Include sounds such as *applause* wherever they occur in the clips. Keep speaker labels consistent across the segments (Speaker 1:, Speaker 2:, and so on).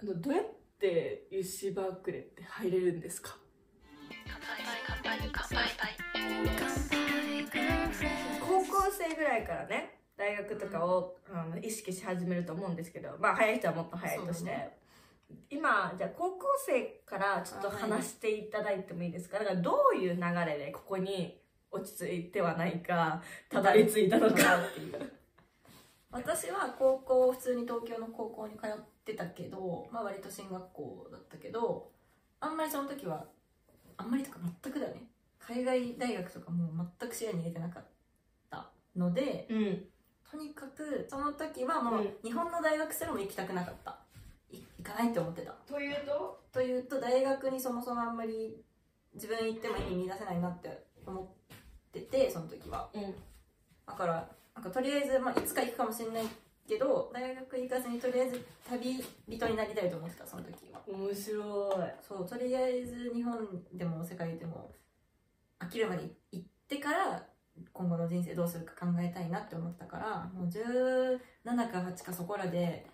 Speaker 1: あのどうやってユシバークレって入れるんですか
Speaker 2: 高校生ぐらいからね大学とかを、あの意識し始めると思うんですけどまあ早い人はもっと早いと
Speaker 1: そ
Speaker 2: し
Speaker 1: う
Speaker 2: て、
Speaker 1: だ
Speaker 2: 今じゃあ高校生からちょっと話していただいてもいいですかだからどういう流れでここに落ち着いてはないかたどり着いたのかっていう
Speaker 3: 私は高校普通に東京の高校に通ってたけど、まあ、割と進学校だったけどあんまりその時はあんまりとか全くだね海外大学とかもう全く視野に入れてなかったので
Speaker 2: うん
Speaker 3: とにかくその時はもう
Speaker 2: うん
Speaker 3: 日本の大学すらも行きたくなかったい行かないって思ってた
Speaker 2: というと
Speaker 3: というと大学にそもそもあんまり自分行っても意味見出せないなって思っててその時は
Speaker 2: うん
Speaker 3: だからなんかとりあえず、まあ、いつか行くかもしれないけど大学行かずにとりあえず旅人になりたいと思ってたその時は
Speaker 2: 面白い
Speaker 3: そうとりあえず日本でも世界でも飽きるまで行ってから今後の人生どうするか考えたいなって思ったからもう17か8かそこらで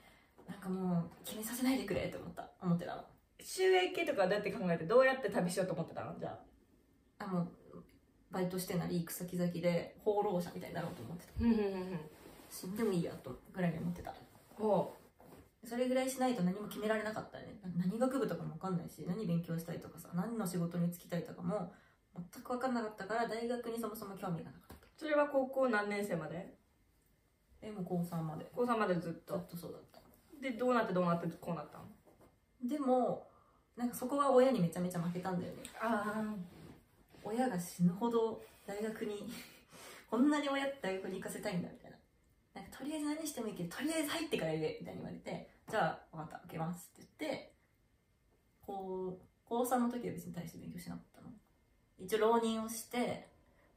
Speaker 3: なんかもう決めさせないでくれって思った思ってたの
Speaker 2: 収益とかどうやって考えてどうやって旅しようと思ってたのじゃあ
Speaker 3: あもうバイトしてなり行く先々で放浪者みたいになろうと思ってた
Speaker 2: うんうんうん
Speaker 3: 死んでもいいやとぐらいに思ってた
Speaker 2: ほ
Speaker 3: それぐらいしないと何も決められなかったねな何学部とかも分かんないし何勉強したいとかさ何の仕事に就きたいとかも全く分かんなかったから大学にそもそも興味がなかった
Speaker 2: うそれは高校何年生まで
Speaker 3: でもう高3まで
Speaker 2: 高3までずっ
Speaker 3: ず
Speaker 2: と
Speaker 3: っとそうだった
Speaker 2: でどうなってどうなってこうなったの
Speaker 3: でもなんかそこは親にめちゃめちゃ負けたんだよね
Speaker 2: あ
Speaker 3: 親が死ぬほど大学に *laughs* こんなに親って大学に行かせたいんだみたいななんかとりあえず何してもいいけどとりあえず入ってから入れみたいに言われてじゃあ分かった受けますって言ってこう高3の時は別に大して勉強しなかったの一応浪人をして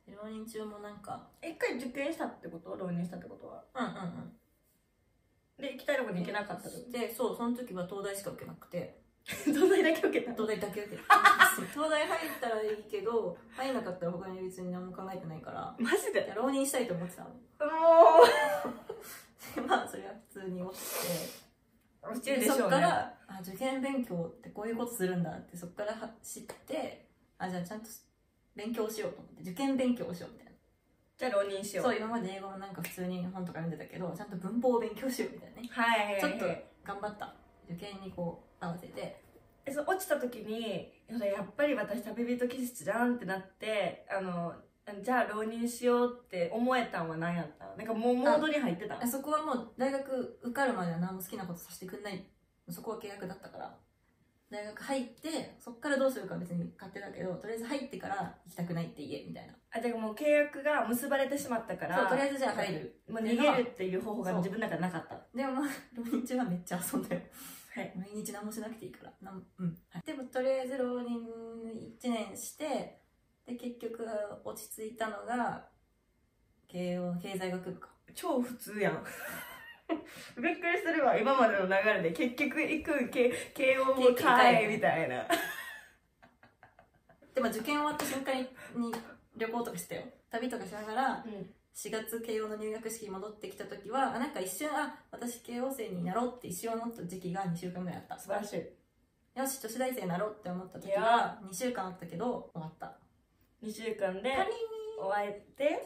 Speaker 3: 浪人中もなんか
Speaker 2: あ一回受験したってこと浪人したってことは
Speaker 3: うんうんうん
Speaker 2: で行きたいとこに行けなかったってこ
Speaker 3: でそうその時は東大しか受けなくて
Speaker 2: と *laughs* どんなにだけ受けた
Speaker 3: 東大だけ受
Speaker 2: *laughs*
Speaker 3: けた東大入ったらいいけど入んなかったら他に別に何も考えてないから
Speaker 2: マジ
Speaker 3: い
Speaker 2: で
Speaker 3: や浪人したいと思ってたの
Speaker 2: も
Speaker 3: で *laughs* まあそれは普通に落ち
Speaker 2: う落ち
Speaker 3: て
Speaker 2: るでしょうね
Speaker 3: そっからあ受験勉強ってこういうことするんだってそっからは知ってあじゃあちゃんと勉強しようと思って受験勉強をしようみたいな
Speaker 2: じゃあ浪人しよう
Speaker 3: そう今まで英語もなんか普通に本とか読んでたけどちゃんと文法を勉強しようみたいなね
Speaker 2: はいはいはい
Speaker 3: ちょっと頑張った受験にこう合わせて
Speaker 2: えそう落ちた時にいややっぱり私旅人気質じゃんってなってあのじゃあ浪人しようって思えたんは何やったのなんかもうモードに入ってたの
Speaker 3: あそこはもう大学受かるまでは何も好きなことさせてくんないそこは契約だったから大学入ってそっからどうするか別に勝手だけどとりあえず入ってから行きたくないって言えみたいな
Speaker 2: あだからもう契約が結ばれてしまったから
Speaker 3: そうとりあえずじゃあ入る
Speaker 2: もう逃げるっていう方法が自分の中でなかった
Speaker 3: でもまあ浪人中はめっちゃ遊んだよ
Speaker 2: はい
Speaker 3: 毎日何もしなくていいからなん、うんはい、でもとりあえず浪人1年してで結局落ち着いたのが慶応経済学部か
Speaker 2: 超普通やん *laughs* びっくりするわ今までの流れで結局行くけ慶応もかいみたいな
Speaker 3: でも受験終わった瞬間に旅行とかしてたよ旅とかしながら4月慶応の入学式に戻ってきた時はあなんか一瞬あ私慶応生になろうって一瞬思った時期が2週間ぐらいあった
Speaker 2: 素晴らしい
Speaker 3: よし女子大生になろうって思った時
Speaker 2: い
Speaker 3: は
Speaker 2: や
Speaker 3: 2週間あったけど終わった
Speaker 2: 2週間で
Speaker 3: パリーン
Speaker 2: 終えて
Speaker 3: ティリリン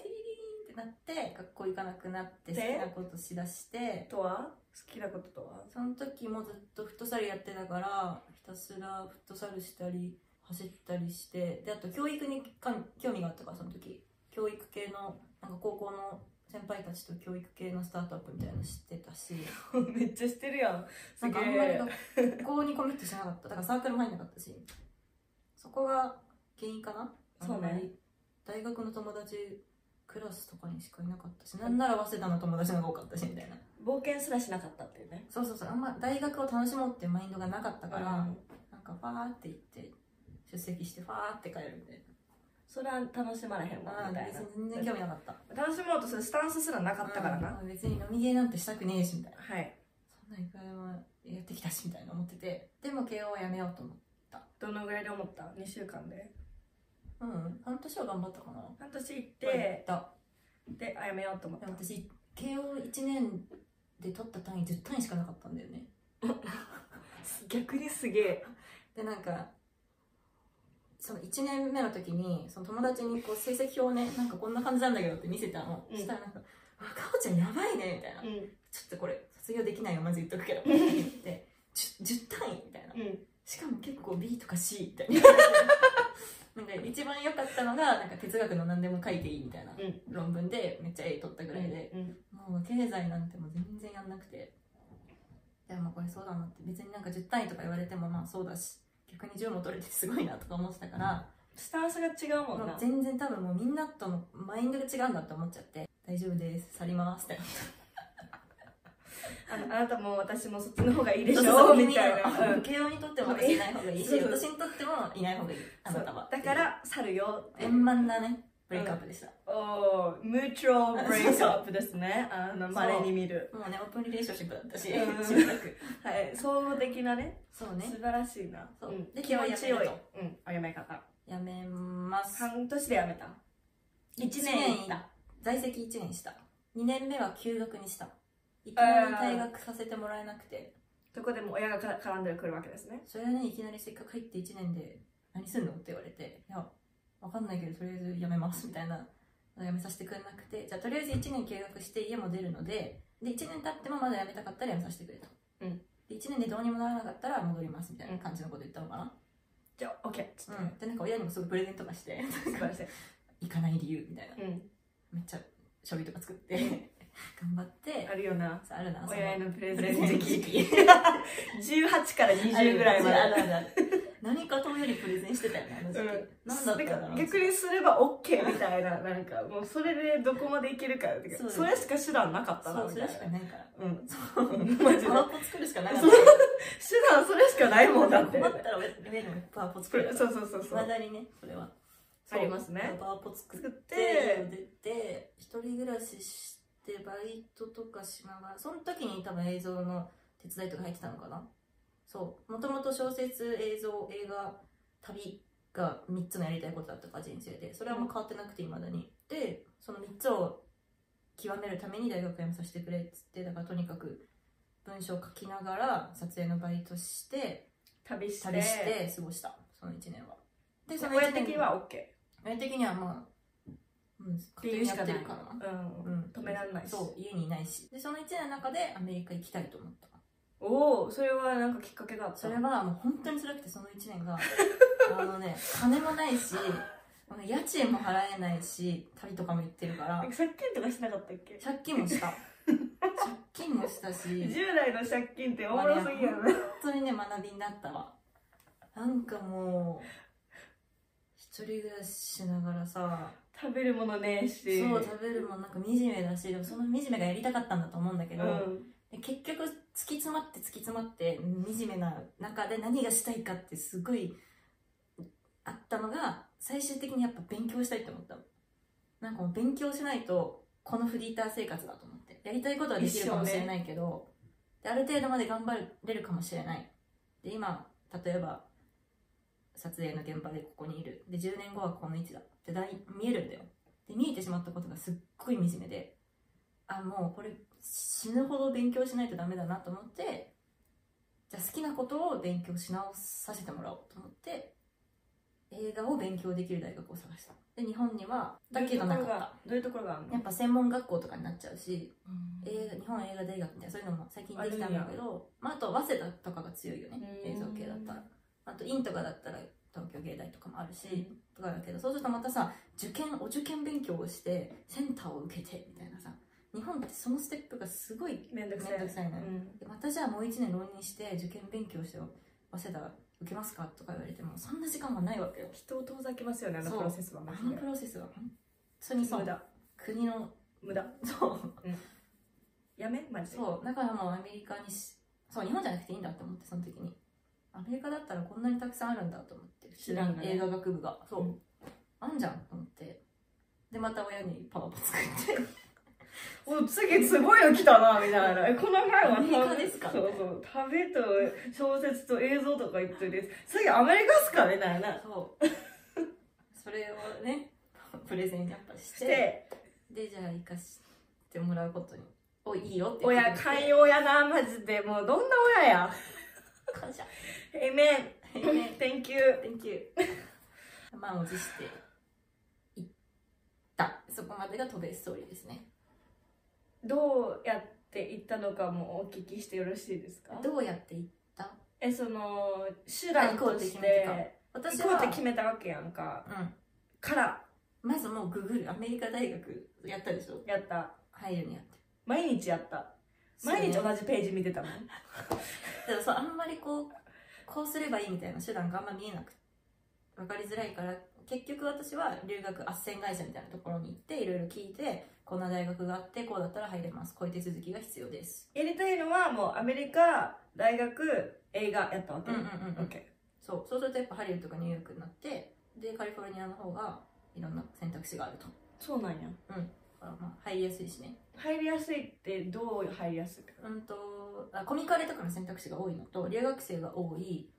Speaker 3: ってなって学校行かなくなって好
Speaker 2: で
Speaker 3: きなことしだして
Speaker 2: とは好きなこととは
Speaker 3: その時もずっとフットサルやってたからひたすらフットサルしたり走ったりしてであと教育に関興味があったからその時教育系のなんか高校の先輩たちと教育系のスタートアップみたいなの知ってたし
Speaker 2: *laughs* めっちゃしてるやん。
Speaker 3: な
Speaker 2: す
Speaker 3: ん
Speaker 2: げ
Speaker 3: かあんまり
Speaker 2: え。
Speaker 3: 学校にコミットしなかっただからサークルも入んなかったしそこが原因かな
Speaker 2: そうね
Speaker 3: あんまり大学の友達クラスとかにしかいなかったしなんなら早稲田の友達の方が多かったしみたいな
Speaker 2: 冒険すらしなかったっていうね。
Speaker 3: そうそうそうあんま大学を楽しもうっていうマインドがなかった
Speaker 2: だか
Speaker 3: か、
Speaker 2: らら、
Speaker 3: なんかファーって行って出席してファーって帰るみたい
Speaker 2: それは楽しまれへん
Speaker 3: な
Speaker 2: わ、
Speaker 3: あ
Speaker 2: みた
Speaker 3: ー
Speaker 2: い
Speaker 3: 別
Speaker 2: な
Speaker 3: に。全然興味なかった
Speaker 2: 楽しもうとするスタンスすらなかったからな。
Speaker 3: うん別に飲みゲーなんてしたくねえしみたいな
Speaker 2: はい。
Speaker 3: そんないくらもやってきたしみたいな思っててでも慶応はやめようと思って
Speaker 2: どのぐらいで思った ?2 週間で。
Speaker 3: うん半年は頑張ったかな
Speaker 2: 半年行っ、
Speaker 3: やってた
Speaker 2: で、あ、やめようと思っ
Speaker 3: で
Speaker 2: た
Speaker 3: も。私慶応1年で取った単位10単位しかなかったんだよね
Speaker 2: *laughs* 逆にすげえ。
Speaker 3: でなんかその1年目の時にその友達にこう成績表をねなんかこんな感じなんだけどって見せたの、
Speaker 2: うん
Speaker 3: そしたらなんか「あかおちゃんやばいね」みたいな、
Speaker 2: う
Speaker 3: ちょ
Speaker 2: ん。
Speaker 3: っとこれ卒業できないよマジ言っとくけど」って言って10 10単位みたいな
Speaker 2: うん。
Speaker 3: しかも結構 B とか C みたいな
Speaker 2: *laughs*
Speaker 3: なんか一番良かったのがなんか哲学の何でも書いていいみたいな
Speaker 2: うん
Speaker 3: 論文でめっちゃ A 取ったぐらいで、
Speaker 2: うん。
Speaker 3: もう経済なんてもう全然やんなくてでもこれそうだなって別になんか10単位とか言われてもまあそうだし逆に10も取れてすごいなとか思ってたから、
Speaker 2: スタンスが違うもん
Speaker 3: もう
Speaker 2: な。
Speaker 3: 全然多分もうみんなとのマインドが違うんだって思っちゃって大丈夫です去りますって
Speaker 2: あのあなたも私もそっちの方がいいでし
Speaker 3: そうそ
Speaker 2: ょ
Speaker 3: う
Speaker 2: みたいな。
Speaker 3: うん慶応にとっても私いない方がいいし
Speaker 2: そう
Speaker 3: 私にとってもいない方がいいあなたは
Speaker 2: だから、去るよって。
Speaker 3: 円満なねブレイクアップでした、
Speaker 2: おー、ムーチュアルブレイクアップですね。あの、
Speaker 3: そう
Speaker 2: 稀に見る。
Speaker 3: もうねオープンリレーションシップだったし、
Speaker 2: うん
Speaker 3: しばらく
Speaker 2: はい。総合的なね。
Speaker 3: そうね
Speaker 2: 素晴らしいな。
Speaker 3: そうんで
Speaker 2: 気持ちよい。
Speaker 3: 今
Speaker 2: うん。あやめ方。
Speaker 3: やめます
Speaker 2: 半年でやめた。一
Speaker 3: 年
Speaker 2: 年いった。
Speaker 3: 在籍1年した2年目は休学にしたいきなり退学させてもらえなくて
Speaker 2: そこでもう親がか絡んでくるわけですね。
Speaker 3: それはねいきなりせっかく入って1年で何すんのって言われていやわかんないけどとりあえず辞めますみたいな辞めさせてくれなくてじゃあとりあえず1年休学して家も出るのでで1年経ってもまだ辞めたかったら辞めさせてくれと、
Speaker 2: うん
Speaker 3: で1年でどうにもならなかったら戻りますみたいな感じのこと言ったのかな、
Speaker 2: じゃあ、オッケーっつ *laughs* って。
Speaker 3: でなんか親にもすごいプレゼントとかして *laughs*
Speaker 2: 素晴らしい。
Speaker 3: 行かない理由みたいな
Speaker 2: うん。
Speaker 3: めっちゃ書類とか作って *laughs* 頑張って
Speaker 2: あるよな。
Speaker 3: あるなその
Speaker 2: 親へのプレ
Speaker 3: プ
Speaker 2: ゼ
Speaker 3: レ
Speaker 2: ン
Speaker 3: ゼン
Speaker 2: 時
Speaker 3: 時
Speaker 2: 期。
Speaker 3: *laughs* 期
Speaker 2: 18から20ぐらいまで。
Speaker 3: あるあるある何かとよりプレゼンしてたよねあの時期、なんだったんだろう
Speaker 2: 逆にすれば OK みたいななんかもうそれでどこまでいけるかっていうか
Speaker 3: そう
Speaker 2: それしか手段なかった
Speaker 3: そ
Speaker 2: な
Speaker 3: う
Speaker 2: み
Speaker 3: そ
Speaker 2: たい
Speaker 3: れ
Speaker 2: な
Speaker 3: しかないから
Speaker 2: うん
Speaker 3: そう
Speaker 2: マジで
Speaker 3: パワポ作るしかなかっ
Speaker 2: そう手段それしかない
Speaker 3: た
Speaker 2: もんだって
Speaker 3: 困ったら上にもパワ
Speaker 2: *laughs*
Speaker 3: ポ
Speaker 2: そ
Speaker 3: 作る
Speaker 2: れそうそうそう
Speaker 3: い
Speaker 2: そ
Speaker 3: ま
Speaker 2: う
Speaker 3: だにねそれは
Speaker 2: ありますね
Speaker 3: パワポ作っ
Speaker 2: 作ってて
Speaker 3: 出て一人暮らししてバイトとかしながらその時に多分映像の手伝いとか入ってたのかなそうもともと小説映像映画旅が3つのやりたいことだったから人生でそれはもう変わってなくていまだにでその3つを極めるために大学辞めさせてくれっつってだからとにかく文章を書きながら撮影のバイトして
Speaker 2: 旅して
Speaker 3: 旅して過ごしたその1年はでその
Speaker 2: 親
Speaker 3: 一年
Speaker 2: 的には OK
Speaker 3: 俺的にはまあ、うん、
Speaker 2: ていうしかない
Speaker 3: 勝手にやってるからな、
Speaker 2: うん
Speaker 3: うん、
Speaker 2: 止めらんないし
Speaker 3: そう家にいないしでその1年の中でアメリカ行きたいと思った
Speaker 2: おおそれはなんかきっかけがあった
Speaker 3: それはもう本当に辛くてその1
Speaker 2: *laughs*
Speaker 3: 年があのね金もないしもう家賃も払えないし旅とかも行ってるから
Speaker 2: なんか借金とかしなかったっけ
Speaker 3: 借金もした借金もしたし
Speaker 2: 10代の借金っておもろすぎやな
Speaker 3: 本当にね学びになったわなんかもう一人暮らししながらさ
Speaker 2: 食べるものねえし
Speaker 3: そう食べるもんなんか惨めだしでもその惨めがやりたかったんだと思うんだけど、
Speaker 2: うん
Speaker 3: で結局突き詰まって突き詰まって惨めな中で何がしたいかってすごいあったのが最終的にやっぱ勉強したいって思ったのなんかもう勉強しないとこのフリーター生活だと思ってやりたいことはできるかもしれないけど、である程度まで頑張れるかもしれないで今例えば撮影の現場でここにいるで10年後はこの位置だってだい見えるんだよで見えてしまったことがすっごい惨めであもうこれ死ぬほど勉強しないとダメだなと思ってじゃあ好きなことを勉強し直させてもらおうと思って映画を勉強できる大学を探したで日本にはだけどなかった
Speaker 2: どういうところがあんの
Speaker 3: やっぱ専門学校とかになっちゃうし
Speaker 2: うん
Speaker 3: 映画日本映画大学みたいなそういうのも最近できたんだけどまあ、あと早稲田とかが強いよね
Speaker 2: うん
Speaker 3: 映像系だったらあと院とかだったら東京芸大とかもあるし、とかだけどそうするとまたさ受験お受験勉強をしてセンターを受けてみたいなさ日本ってそのステップがすごい
Speaker 2: めんどくさい
Speaker 3: めんどくさいね
Speaker 2: うん
Speaker 3: でまたじゃあもう1年浪人して受験勉強して早稲田受けますかとか言われてもそんな時間はないわけよ
Speaker 2: 人を遠ざけますよねあの
Speaker 3: そう
Speaker 2: プロセスはマ
Speaker 3: あ
Speaker 2: ジ
Speaker 3: の
Speaker 2: で
Speaker 3: プロセスは本当にそ
Speaker 2: 無
Speaker 3: う
Speaker 2: 駄
Speaker 3: 国の
Speaker 2: 無駄
Speaker 3: そう
Speaker 2: やめマジで
Speaker 3: そうだからもうアメリカにしそう日本じゃなくていいんだと思ってその時にアメリカだったらこんなにたくさんあるんだと思って
Speaker 2: 知らんがね
Speaker 3: 映画学部がそう、
Speaker 2: うん
Speaker 3: あんじゃんと思ってでまた親にパワポ作って
Speaker 2: *laughs* お次すごいの来たなみたいなえこの前は
Speaker 3: アメリカですか
Speaker 2: そうそう旅と小説と映像とか言ってて次アメリカっすかみたいな
Speaker 3: そうそれをねプレゼンやっぱし
Speaker 2: してて
Speaker 3: でじゃあ行かしてもらうことにおいいよって言って
Speaker 2: 親
Speaker 3: くれて
Speaker 2: 寛容やなマジでもうどんな親や
Speaker 3: 感謝 *laughs*
Speaker 2: Amen!
Speaker 3: ね
Speaker 2: Thank you!
Speaker 3: Thank you 満を持していったそこまでが渡米ストーリーですね
Speaker 2: どうやって行ったのかもお聞きしてよろしいですか
Speaker 3: どうやっていった
Speaker 2: え、その、手段とし、
Speaker 3: あ行こうって私
Speaker 2: 行
Speaker 3: は
Speaker 2: こうって決めたわけやんか。
Speaker 3: う
Speaker 2: から、
Speaker 3: ん、まずもうググるアメリカ大学やったでしょ
Speaker 2: やった。
Speaker 3: 入るにやって
Speaker 2: 毎日やった。毎日
Speaker 3: そうね
Speaker 2: 同じページ見てたもん。
Speaker 3: でもそうあんまりこうこうすればいいみたいな手段があんま見えなくて分かりづらいから結局私は留学斡旋会社みたいなところに行っていろいろ聞いてこんな大学があってこうだったら入れますこういう手続きが必要です
Speaker 2: やりたいのはもうアメリカ、大学、映画やったわけ。
Speaker 3: うんうんうん
Speaker 2: OK。
Speaker 3: そうそうするとやっぱハリウッドとかニューヨークになってでカリフォルニアの方がいろんな選択肢があるとだ
Speaker 2: そうなんや。
Speaker 3: からまあ入りやすいしね
Speaker 2: 入りやすいってどう入りやすいって
Speaker 3: うんとあコミカレとかの選択肢が多いのと留学生が多い、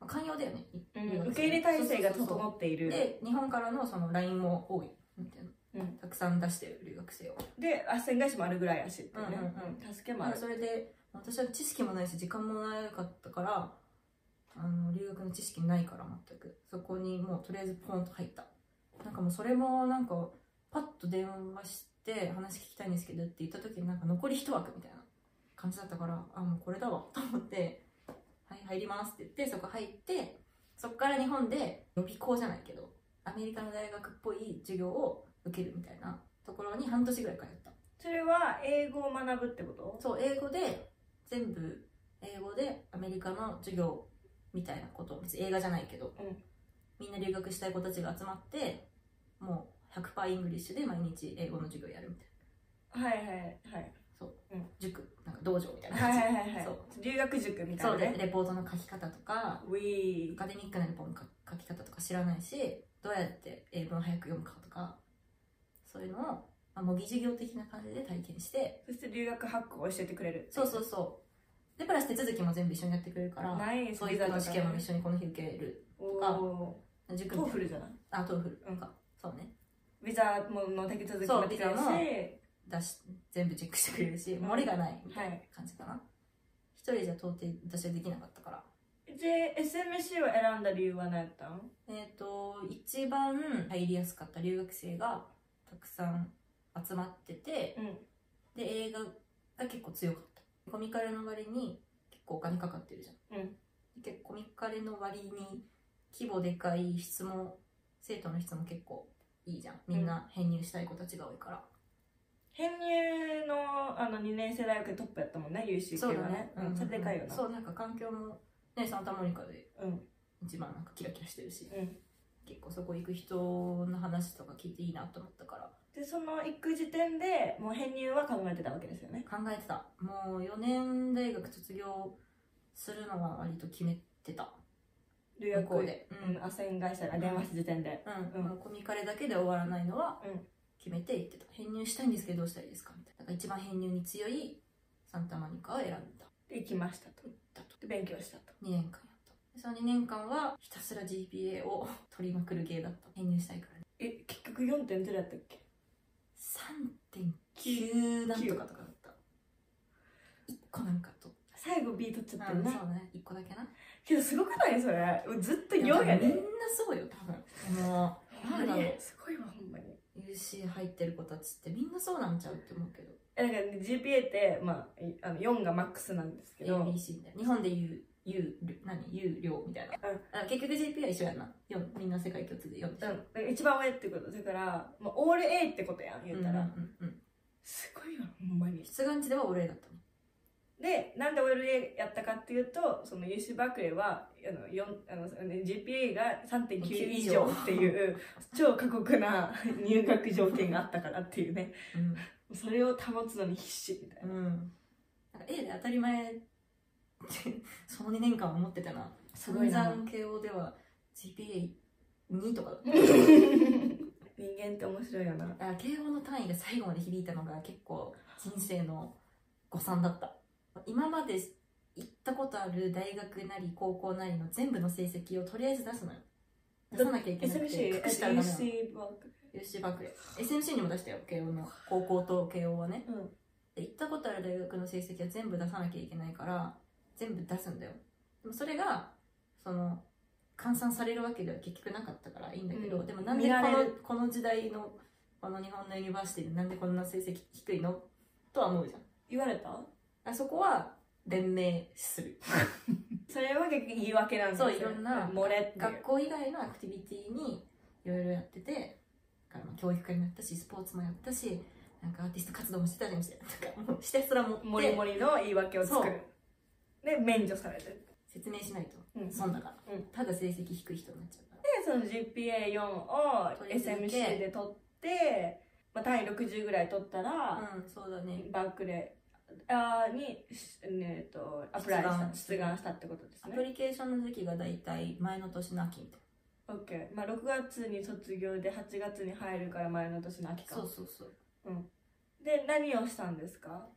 Speaker 3: まあ、寛容だよね、留学生
Speaker 2: 受け入れ体制が
Speaker 3: そうそうそう
Speaker 2: 整っている。
Speaker 3: で日本からのその LINE も多いみたいな、
Speaker 2: うん
Speaker 3: たくさん出してる留学生を
Speaker 2: で、あっせん返しもあるぐらいやしってね。
Speaker 3: うんうん
Speaker 2: うん助けも
Speaker 3: ま
Speaker 2: あ
Speaker 3: あ
Speaker 2: る。
Speaker 3: それで私は知識もないし時間もなかったからあの留学の知識ないから全くそこにもうとりあえずポンと入ったなんかもうそれもなんかパッと電話して話聞きたいんですけどって言った時になんか残り一枠みたいな感じだったからあもうこれだわと思って「はい入ります」って言ってそこ入ってそこから日本で予備校じゃないけどアメリカの大学っぽい授業を受けるみたいなところに半年ぐらい通った
Speaker 2: それは英語を学ぶってこと
Speaker 3: そう英語で全部英語でアメリカの授業みたいなこと別に映画じゃないけど、
Speaker 2: うん
Speaker 3: みんな留学したい子たちが集まってもう100%イングリッシュで毎日英語の授業やるみたい
Speaker 2: はいはいはい。
Speaker 3: な塾なんか道場みたいな
Speaker 2: はい
Speaker 3: 感じ、
Speaker 2: はいはいはい
Speaker 3: そう。
Speaker 2: 留学塾みた
Speaker 3: そ
Speaker 2: いうな
Speaker 3: で
Speaker 2: ね。
Speaker 3: レポートの書き方とか
Speaker 2: ウィ
Speaker 3: ア
Speaker 2: ー。
Speaker 3: カデミックなレポートの書き方とか知らないしどうやって英文を早く読むかとかそういうのを、まあ、模擬授業的な感じで体験して
Speaker 2: そして留学発行を教えてくれる。
Speaker 3: そうそうそうでプラス手続きも全部一緒にやってくれるから
Speaker 2: ナイス
Speaker 3: そういうの試験も一緒にこの日受ける
Speaker 2: おー
Speaker 3: 塾
Speaker 2: ト
Speaker 3: み
Speaker 2: ー
Speaker 3: たい
Speaker 2: フ
Speaker 3: な
Speaker 2: ルじゃない
Speaker 3: あトーフル
Speaker 2: うん
Speaker 3: か、そうね
Speaker 2: ビザもの手続き
Speaker 3: そ
Speaker 2: も
Speaker 3: う
Speaker 2: できるし
Speaker 3: ビザも出し全部チェックしてくれるし
Speaker 2: うん
Speaker 3: 漏れがないみた
Speaker 2: はい
Speaker 3: ない感じかな一、人じゃ到底私はできなかったから
Speaker 2: で SMC を選んだ理由は何やったん
Speaker 3: えっ、と一番入りやすかった留学生がたくさん集まってて
Speaker 2: うん
Speaker 3: で映画が結構強かったコミカルの割に結構お金かかってるじゃん、
Speaker 2: うん
Speaker 3: 結構コミカルの割に規模でかい質も生徒の質も結構いいじゃんみんな編入したい子たちが多いから、
Speaker 2: 編入のあの2年生大学でトップやったもんね UCK
Speaker 3: そうだ
Speaker 2: は
Speaker 3: ね
Speaker 2: ね、うん、それでかいよな
Speaker 3: そうなんか環境もねサンタモニカで
Speaker 2: うん
Speaker 3: 一番なんかキラキラしてるし、
Speaker 2: うん
Speaker 3: 結構そこ行く人の話とか聞いていいなと思ったから
Speaker 2: でその行く時点でもう編入は考えてたわけですよね
Speaker 3: 考えてたもう4年大学卒業するのは割と決めてた
Speaker 2: 留
Speaker 3: 向
Speaker 2: 学
Speaker 3: こうで
Speaker 2: うん斡旋会社に電話した時点で
Speaker 3: うん、
Speaker 2: うん
Speaker 3: もうコミカレだけで終わらないのは
Speaker 2: うん
Speaker 3: 決めて言ってた編入したいんですけどどうしたらいいですかみたいなだから一番編入に強いサンタマニカを選んだ
Speaker 2: で行きましたと
Speaker 3: だと
Speaker 2: で勉強したと
Speaker 3: 2年間やったでその2年間はひたすら GPA を取りまくる芸だった編入したいからね
Speaker 2: え結局4.0やったっけ
Speaker 3: 3.9なんとかとかだった1個なんかと
Speaker 2: 最後 B 取っちゃった
Speaker 3: う
Speaker 2: よ
Speaker 3: んそ
Speaker 2: な、
Speaker 3: うね1個だけな
Speaker 2: けどすごくないそれずっと4や
Speaker 3: みんな
Speaker 2: ね
Speaker 3: そうよ多分もうなんだろう
Speaker 2: すごいわほんまに
Speaker 3: UC 入ってる子たちってみんなそうなんちゃうって思うけど
Speaker 2: えなんかね GPA って、まあ、いあの4がマックスなんですけど、
Speaker 3: ABC みたいな日本で言う言う何有料みたいな、
Speaker 2: うん
Speaker 3: あ結局 GP は一緒やんなよみんな世界共通で読んで
Speaker 2: うん、だから一番上ってことだから、まあ、オール A ってことやん言ったら、
Speaker 3: うんうんうん
Speaker 2: すごいわほんまに
Speaker 3: 出願地では俺だったの
Speaker 2: でなんでオール A やったかっていうとその UC バークレーはあの4あのあの GPA が3.9以上っていう超過酷な *laughs* 入学条件があったからっていうねそれを保つのに必死みたい
Speaker 3: うん
Speaker 2: な、、
Speaker 3: なんか A で当たり前ってその2年間は思ってたな
Speaker 2: すごいな
Speaker 3: 散々慶応では GPA2 とか
Speaker 2: *laughs*
Speaker 3: だっ
Speaker 2: 人間って面白いよな
Speaker 3: たあ慶応の単位が最後まで響いたのが結構人生の誤算だった今まで行ったことある大学なり高校なりの全部の成績をとりあえず出すのよ出さなきゃいけなくて
Speaker 2: SMC
Speaker 3: 隠したらダメなの
Speaker 2: UC バーク
Speaker 3: UC バークレー SMC にも出したよ慶応の高校と慶応はね
Speaker 2: レーうん
Speaker 3: で行ったことある大学の成績は全部出さなきゃいけないから全部出すんだよでもそれがその換算されるわけでは結局なかったからいいんだけど、
Speaker 2: うん
Speaker 3: でもなんでこ
Speaker 2: 見られ
Speaker 3: の
Speaker 2: る
Speaker 3: この時代のこの日本のユニバーシティでなんでこんな成績低いのとは思うじゃん
Speaker 2: 言われた
Speaker 3: あそこは弁明する
Speaker 2: それは結局言い訳なんです
Speaker 3: そういろんな
Speaker 2: 漏れっていう
Speaker 3: 学校以外のアクティビティにいろいろやっててだからまあ教育科になったしスポーツもやったしなんかアーティスト活動もしてたりもしてなん *laughs* かもうひたすら持って
Speaker 2: もりもりの言い訳を作るで免除されてる
Speaker 3: 説明しないと
Speaker 2: うん
Speaker 3: 損だから、
Speaker 2: うん
Speaker 3: ただ成績低い人になっちゃうから
Speaker 2: でその GPA4 を
Speaker 3: 取り続け
Speaker 2: SMC で取って、まあ、単位60ぐらい取ったら、
Speaker 3: うん、そうだね。
Speaker 2: バークレーあーに、しねえっとアプライした
Speaker 3: 出
Speaker 2: 出
Speaker 3: 願
Speaker 2: 願したってことです
Speaker 3: アプ
Speaker 2: ね
Speaker 3: リケーションの時期がだいたい前の年の秋みたい
Speaker 2: OK、まあ、6月に卒業で8月に入るから前の年の秋
Speaker 3: な。
Speaker 2: か
Speaker 3: そうそうそう。
Speaker 2: で何をしたんですか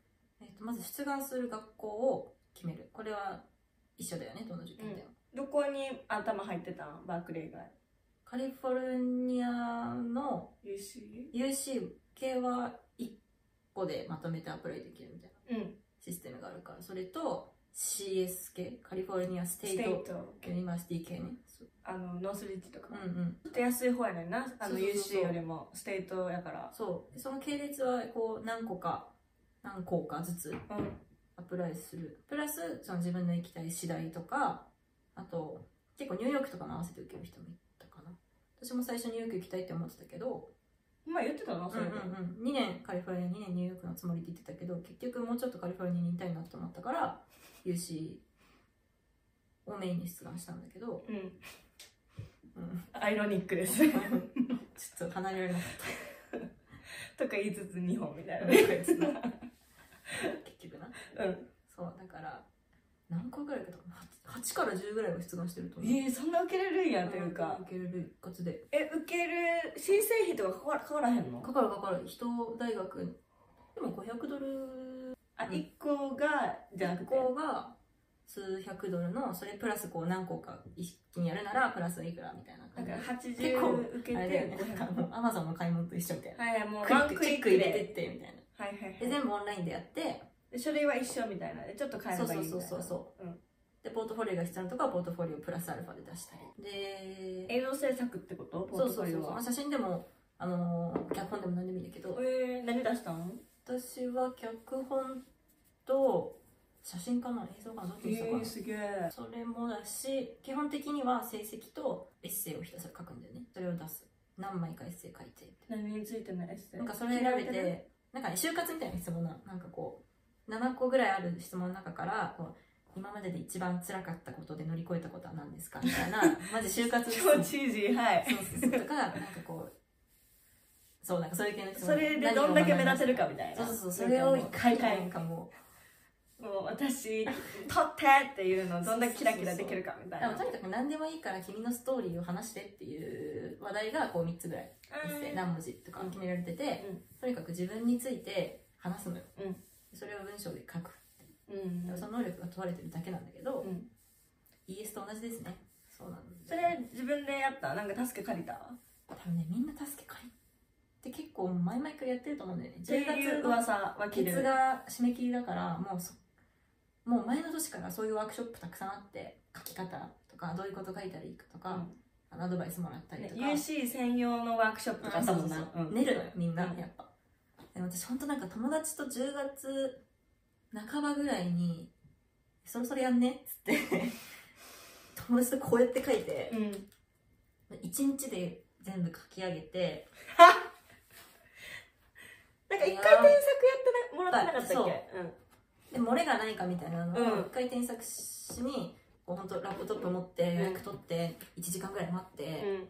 Speaker 3: えっと、まず出願する学校を決める。これは一緒だよね、どの受験でも。
Speaker 2: どこに頭入ってたんバークレー以外
Speaker 3: カリフォルニアの
Speaker 2: UC?
Speaker 3: UC 系は1個でまとめてアプライできるみたいな
Speaker 2: うん
Speaker 3: システムがあるから、それと CS 系、カリフォルニアステ
Speaker 2: ス
Speaker 3: イ
Speaker 2: テイ
Speaker 3: ト
Speaker 2: ト
Speaker 3: ユニバーシティ系ね。そう
Speaker 2: あのノースリッジとか、
Speaker 3: うん
Speaker 2: ち
Speaker 3: うん。
Speaker 2: ょっと安い方やねんなあの
Speaker 3: そうそうそうそう
Speaker 2: UC よりもステイトやから
Speaker 3: そう。でその系列はこう何個か、何校かずつ
Speaker 2: うん
Speaker 3: アプライするプラスその自分の行きたい次第とかあと結構ニューヨークとかも合わせて受ける人もいたかな私も最初ニューヨーク行きたいって思ってたけど、
Speaker 2: まあ言ってたなそれで、
Speaker 3: 2年カリフォルニア2年ニューヨークのつもりで行ってたけど結局もうちょっとカリフォルニアにいたいなと思ったから UC をメインに出願したんだけど、
Speaker 2: うん、
Speaker 3: うん、
Speaker 2: アイロニックです。 *laughs*
Speaker 3: ちょっと離れられなかっ
Speaker 2: とか言いつつ2本みたい
Speaker 3: た *laughs*
Speaker 2: な
Speaker 3: 結
Speaker 2: ね。
Speaker 3: 局な
Speaker 2: うん。
Speaker 3: そうだから何個ぐらいかとか 8, から10ぐらいは出願してると思う
Speaker 2: えー、そんな受けれるんやというか。
Speaker 3: 受ける一括で
Speaker 2: え、受ける申請費とかかからかからへんの
Speaker 3: かかるかかる人大学でも500ドル
Speaker 2: あ、1個が、じゃなくて。
Speaker 3: 校が数百ドルのそれプラスこう何個か一気にやるならプラスいくらみたいな
Speaker 2: だ
Speaker 3: 感じ
Speaker 2: から
Speaker 3: 結構
Speaker 2: 80受け
Speaker 3: あれだよ
Speaker 2: て
Speaker 3: ね
Speaker 2: 500。
Speaker 3: なんかもうアマゾンの買い物と一緒みたいな
Speaker 2: はいはい、もう
Speaker 3: クイ
Speaker 2: ワ
Speaker 3: ッ
Speaker 2: ン
Speaker 3: ク
Speaker 2: ク
Speaker 3: チ
Speaker 2: イ
Speaker 3: ェッ
Speaker 2: ッ
Speaker 3: ク
Speaker 2: ク
Speaker 3: 入れてっ
Speaker 2: で。
Speaker 3: てみたいな
Speaker 2: はいはい
Speaker 3: で
Speaker 2: はい
Speaker 3: 全部オンラインでやって
Speaker 2: で。書類は一緒みたいな。でちょっと変えればいいみたいな。。
Speaker 3: そうそうそうそう
Speaker 2: ん。
Speaker 3: でポートフォリオが必要なとかはポートフォリオプラスアルファで出したりで
Speaker 2: 映像制作ってことポ
Speaker 3: そ
Speaker 2: ートフ
Speaker 3: うそ
Speaker 2: ォ
Speaker 3: う
Speaker 2: リ
Speaker 3: そう
Speaker 2: オ
Speaker 3: まあ
Speaker 2: は。
Speaker 3: 写真でもあのー脚本でも何でもいいんだけど
Speaker 2: えー、何出したん
Speaker 3: 私は脚本と写真かな映像かなどっちにしたかな、
Speaker 2: すげえ。
Speaker 3: それもだし基本的には成績とエッセイをひたすら書くんだよねそれを出す何枚かエッセイ書いて
Speaker 2: 何についてのエッセイ
Speaker 3: なんかそれ選
Speaker 2: 嫌
Speaker 3: べ
Speaker 2: いだね
Speaker 3: てなんかね就活みたいな質問ななんかこう7個ぐらいある質問の中からこう今までで一番辛かったことで乗り越えたことは何ですかみた
Speaker 2: *laughs*
Speaker 3: いなマジ就活質問
Speaker 2: 超チージー、はい。
Speaker 3: そうそうそうとかなんかこうそうなんかそういう系の質問
Speaker 2: それでどんだけ目立てるかみたい
Speaker 3: そ
Speaker 2: な
Speaker 3: うそうそうそれを一回
Speaker 2: なんかもう
Speaker 3: なんかもう
Speaker 2: もう私取ってっていうのどんだけキラキラできるかみたい
Speaker 3: で
Speaker 2: な
Speaker 3: もとにかく何でもいいから君のストーリーを話してっていう話題がこう3つぐらい、
Speaker 2: うん
Speaker 3: 何文字とか決められてて、
Speaker 2: うん
Speaker 3: とにかく自分について話すのよ、
Speaker 2: うん
Speaker 3: それを文章で書く、
Speaker 2: うん
Speaker 3: その能力が問われてるだけなんだけど、
Speaker 2: うん
Speaker 3: ES と同じですねそうなんです
Speaker 2: それ自分でやったなんか助け借りた
Speaker 3: 多分ねみんな助け会って結構前々からやってると思うんだよね
Speaker 2: っていう
Speaker 3: 10月
Speaker 2: 噂は聞いて
Speaker 3: 月
Speaker 2: る
Speaker 3: が締め切りだからもうそもう前の年からそういうワークショップたくさんあって書き方とかどういうこと書いたらいいかとか、あのアドバイスもらったり
Speaker 2: ね
Speaker 3: とか、
Speaker 2: UC 専用のワークショップとかあったもん
Speaker 3: そ
Speaker 2: な
Speaker 3: うそうそう寝るのよみんな、
Speaker 2: うん
Speaker 3: やっぱでも私本当なんか友達と10月半ばぐらいに「そろそろやんね」っつって *laughs* 友達とこうやって書いて
Speaker 2: う、ん
Speaker 3: 一1日で全部書き上げて
Speaker 2: なんか一回添削やってなもらってなかったっ
Speaker 3: そう
Speaker 2: けうん
Speaker 3: で漏れがないかみたいなのを
Speaker 2: うん
Speaker 3: 1回添削しに、こう本当ラップトップ持って予約取って1時間ぐらい待って、
Speaker 2: うん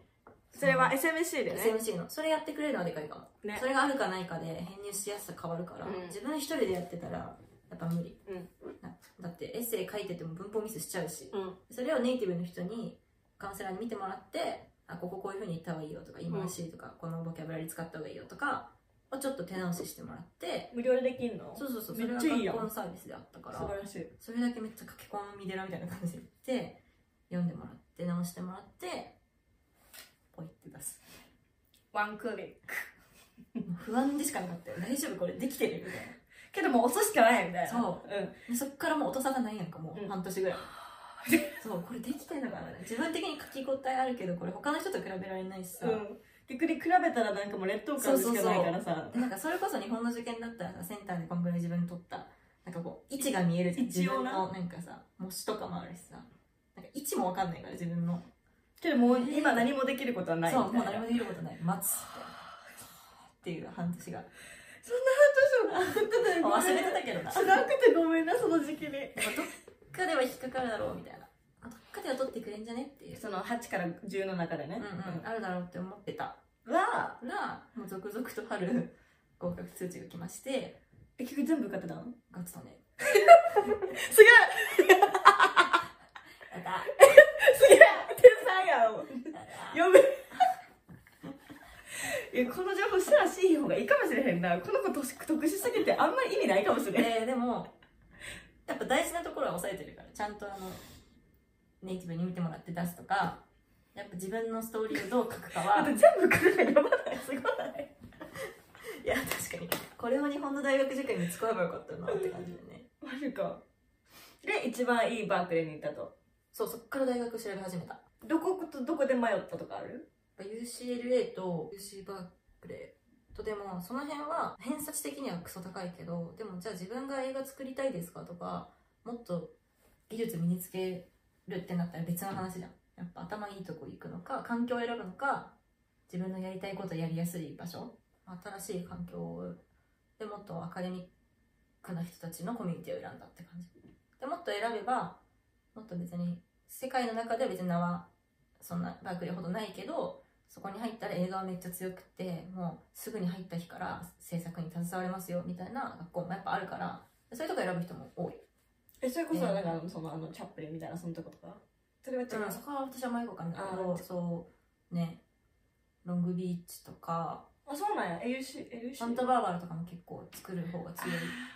Speaker 2: それは SMC でね
Speaker 3: SMC のそれやってくれるのはでかいかも、
Speaker 2: ね
Speaker 3: それがあるかないかで編入しやすさ変わるから、
Speaker 2: うん
Speaker 3: 自分一人でやってたらやっぱ無理、
Speaker 2: うん
Speaker 3: なだってエッセイ書いてても文法ミスしちゃうし
Speaker 2: うん
Speaker 3: それをネイティブの人にカウンセラーに見てもらってあこここういうふうに言った方がいいよとか言い回しとか、このボキャブラリー使った方がいいよとかをちょっと手直ししてもらって
Speaker 2: 無料でできんの
Speaker 3: そうそうそうそ
Speaker 2: め
Speaker 3: れ
Speaker 2: っ
Speaker 3: は
Speaker 2: ちゃいい
Speaker 3: 学
Speaker 2: やん
Speaker 3: 校のサービスであったから
Speaker 2: 素晴らしい
Speaker 3: それだけめっちゃ駆け込み寺みたいな感じで行って読んでもらって直してもらってポイって出す
Speaker 2: ワンクーリック
Speaker 3: もう不安でしかなかったよ大丈夫これできてるみたい
Speaker 2: けどもう押すしかないみたいな
Speaker 3: そう
Speaker 2: うん
Speaker 3: なでそっからもう音沙汰ないやんかも
Speaker 2: う
Speaker 3: うん半年ぐらい、 *laughs* そうこれできてるのかな自分的に書き応えあるけどこれ他の人と比べられないしさ、
Speaker 2: うんでくり比べたらなんかもう劣等感しかないからさ
Speaker 3: でなんかそれこそ日本の受験だったらさセンターでこんぐらい自分取ったなんかこう位置が見えるじゃん自
Speaker 2: 一応
Speaker 3: 分
Speaker 2: な
Speaker 3: のなんかさ模試とかもあるしさなんか位置もわかんないから自分の
Speaker 2: けどもう今何もできることはないみ
Speaker 3: そうもう
Speaker 2: たい
Speaker 3: 何
Speaker 2: な
Speaker 3: もできることない待つっていう半年 *laughs* が
Speaker 2: そう
Speaker 3: 忘れてたけどな
Speaker 2: 辛くてごめんなその時期
Speaker 3: *laughs*
Speaker 2: に
Speaker 3: でもどっかでは引っかかるだろうみたいなどっかでは取ってくれんじゃねっていう、
Speaker 2: その8から10の中でね
Speaker 3: うんうん、あるだろうって思ってた
Speaker 2: うんは
Speaker 3: らもう続々と春合格通知が来まして
Speaker 2: 結局全部受かってたの
Speaker 3: ガツだね
Speaker 2: すげえ
Speaker 3: やった
Speaker 2: すげえ天才やんやべえいやこの情報シェアしい方がいいかもしれへんなこの子特殊特殊すぎてあんまり意味ないかもしれへん
Speaker 3: ででもやっぱ大事なところは抑えてるからちゃんとあのネイティブに見てもらって出すとかやっぱ自分のストーリーをどう書くか
Speaker 2: あ
Speaker 3: は
Speaker 2: と全部来るのやばないすごい
Speaker 3: いや確かにこれを日本の大学受験に使えばよかったなって感じでね
Speaker 2: マジかで一番いいバークレーに行ったと
Speaker 3: そうそっから大学調べ始めたやっ
Speaker 2: どことどこで迷ったとかある
Speaker 3: ぱ UCLA と UC バークレーとでもその辺は偏差値的にはクソ高いけどでもじゃあ自分が映画作りたいですかとかもっと技術身につけるってなったら別の話じゃんやっぱ頭いいとこ行くのか環境を選ぶのか自分のやりたいことやりやすい場所新しい環境をでもっとアカデミックな人たちのコミュニティを選んだって感じでもっと選べばもっと別に世界の中では別に名はそんなバークリーほどないけどそこに入ったら映画はめっちゃ強くてもうすぐに入った日から制作に携われますよみたいな学校もやっぱあるからそういうとこ選ぶ人も多い
Speaker 2: えそれこそ
Speaker 3: うん
Speaker 2: なんかあのそのあのチャップリンみたいなそのとことかそれは違う、
Speaker 3: うん、そこは私は迷子かんだけ
Speaker 2: あ
Speaker 3: ど
Speaker 2: ー
Speaker 3: そうねロングビーチとか
Speaker 2: あそうなんや LC, LC
Speaker 3: サンタバーバラとかも結構作る方が強い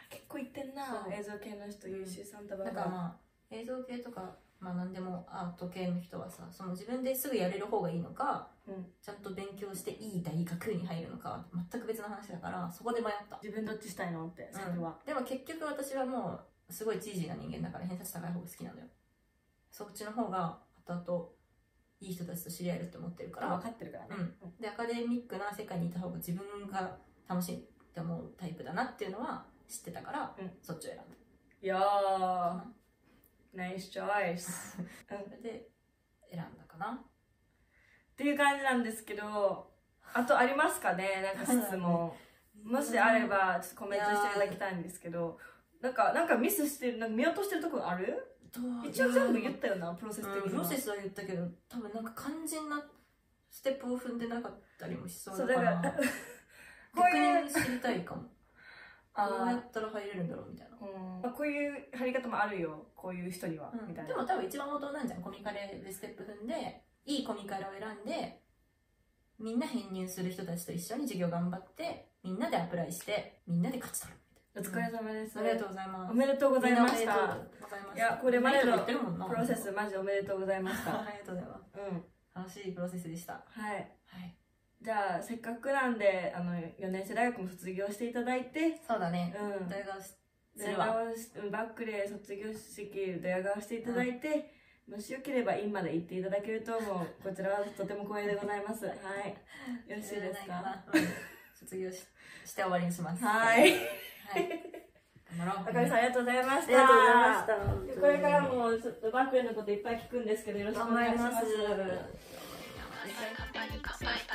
Speaker 2: 結構行ってんな
Speaker 3: そう
Speaker 2: 映像系の人
Speaker 3: うん
Speaker 2: UC サンタバ
Speaker 3: だ
Speaker 2: ー
Speaker 3: か
Speaker 2: バ
Speaker 3: ら
Speaker 2: ラ
Speaker 3: まあ映像系とか、まあ、何でもアート系の人はさその自分ですぐやれる方がいいのか、
Speaker 2: うん
Speaker 3: ちゃんと勉強していい大学に入るのかは全く別の話だからそこで迷った
Speaker 2: 自分どっちしたいのってそれは、
Speaker 3: でも結局私はもうすごいチージーな人間だから偏差値高い方が好きなのよそっちの方が後々いい人たちと知り合えるって思ってるから
Speaker 2: 分かってるからね、
Speaker 3: うんでアカデミックな世界にいた方が自分が楽しいって思うタイプだなっていうのは知ってたから、
Speaker 2: うん
Speaker 3: そっちを選んだ
Speaker 2: いやーナイスチョイ *laughs* ス
Speaker 3: それで選んだかな
Speaker 2: っていう感じなんですけどあとありますかねなんか質問もしあればちょっとコメントしていただきたいんですけどなんかなんかミスしてるなんか見落としてるところある一応全部言ったよなプロセス的
Speaker 3: プ
Speaker 2: には
Speaker 3: ロセスは言ったけど多分なんか肝心なステップを踏んでなかったりもしそう
Speaker 2: そ
Speaker 3: だ
Speaker 2: う
Speaker 3: か
Speaker 2: だかららこういう
Speaker 3: 逆に知りたいかも
Speaker 2: あ
Speaker 3: どうや
Speaker 2: ー
Speaker 3: ったら入れるんだろうみたいな、
Speaker 2: うんまあこういう貼り方もあるよこういう人には、
Speaker 3: うん
Speaker 2: みたいな
Speaker 3: でも多分一番元なんじゃんコミカレでステップ踏んでいいコミカレを選んでみんな編入する人たちと一緒に授業頑張ってみんなでアプライしてみんなで勝ち取る
Speaker 2: お疲れ様です、
Speaker 3: ありがとうございます
Speaker 2: おめでとうございまし
Speaker 3: みんなお
Speaker 2: た
Speaker 3: めでとうございました
Speaker 2: いやこれまでの
Speaker 3: いいこと言ってるもんな
Speaker 2: プロセスマジおめでとうございまし
Speaker 3: あ *laughs*
Speaker 2: た
Speaker 3: りがとうございます
Speaker 2: うん
Speaker 3: 楽しいプロセスでしたは
Speaker 2: はい
Speaker 3: い
Speaker 2: じゃあせっかくなんであの4年生大学も卒業していただいて
Speaker 3: そうだね
Speaker 2: うん
Speaker 3: 大学す
Speaker 2: ドヤ
Speaker 3: るわ
Speaker 2: 顔しバックで卒業式ドヤ顔していただいて、もしよければ院まで行っていただけるともうこちらはとても光栄でございますはいよろしいですか
Speaker 3: うん卒業しして終わりにします
Speaker 2: はい
Speaker 3: はい頑張ろう
Speaker 2: あかりさんありがとうございました
Speaker 3: した
Speaker 2: これからもちょっとバックレーのこといっぱい聞くんですけどよろしくお願いします
Speaker 3: 頑張ります
Speaker 4: 乾杯乾杯乾杯